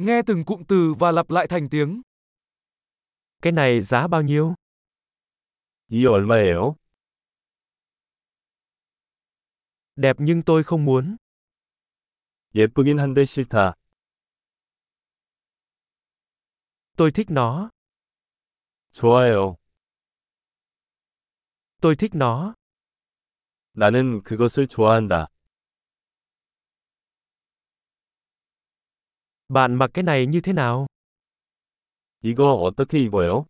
Nghe từng cụm từ và lặp lại thành tiếng. Cái này giá bao nhiêu? 이 얼마예요? Đẹp nhưng tôi không muốn. 예쁘긴 한데 싫다. Tôi thích nó. 좋아요. Tôi thích nó. 나는 그것을 좋아한다. Bạn mặc cái này như thế nào? 이거 어떻게 입어요?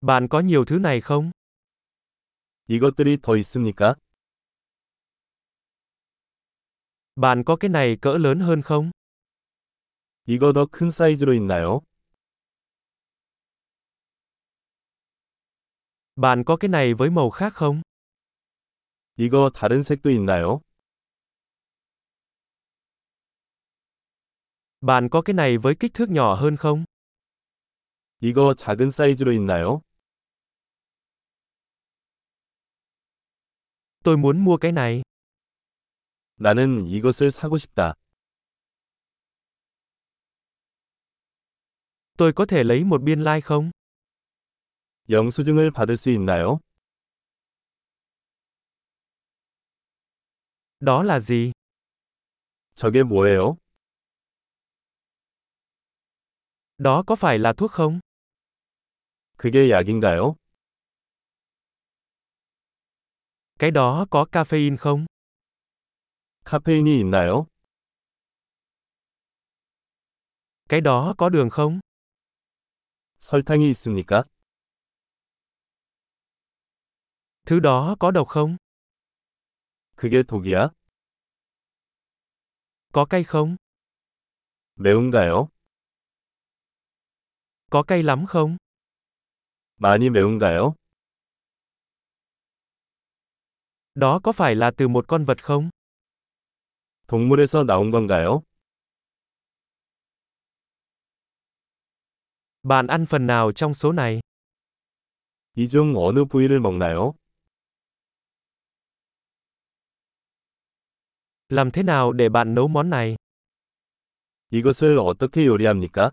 Bạn có nhiều thứ này không? 이것들이 더 있습니까? Bạn có cái này cỡ lớn hơn không? 이거 더 큰 사이즈로 있나요? Bạn có cái này với màu khác không? 이거 다른 색도 있나요? Bạn có cái này với kích thước nhỏ hơn không? 이거 작은 사이즈로 있나요? Tôi muốn mua cái này. 나는 이것을 사고 싶다. Tôi có thể lấy một biên lai like không? 영수증을 받을 수 있나요? Đó là gì? 저게 뭐예요? Đó có phải là thuốc không? 그게 약인가요? Cái đó có caffeine không? 카페인이 있나요? Cái đó có đường không? 설탕이 있습니까? Thứ đó có độc không? 그게 독이야? Có cay không? 매운가요? Có cay lắm không? 많이 매운가요? Đó có phải là từ một con vật không? 동물에서 나온 건가요? Bạn ăn phần nào trong số này? 이 중 어느 부위를 먹나요? Làm thế nào để bạn nấu món này? 이것을 어떻게 요리합니까?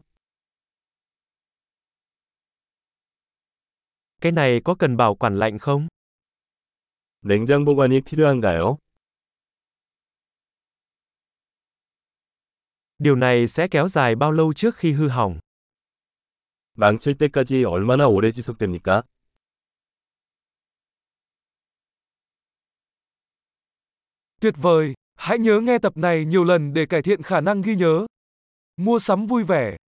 Cái này có cần bảo quản lạnh không? 냉장 보관이 필요한가요? Điều này sẽ kéo dài bao lâu trước khi hư hỏng? 망칠 때까지 얼마나 오래 지속됩니까? Tuyệt vời! Hãy nhớ nghe tập này nhiều lần để cải thiện khả năng ghi nhớ. Mua sắm vui vẻ!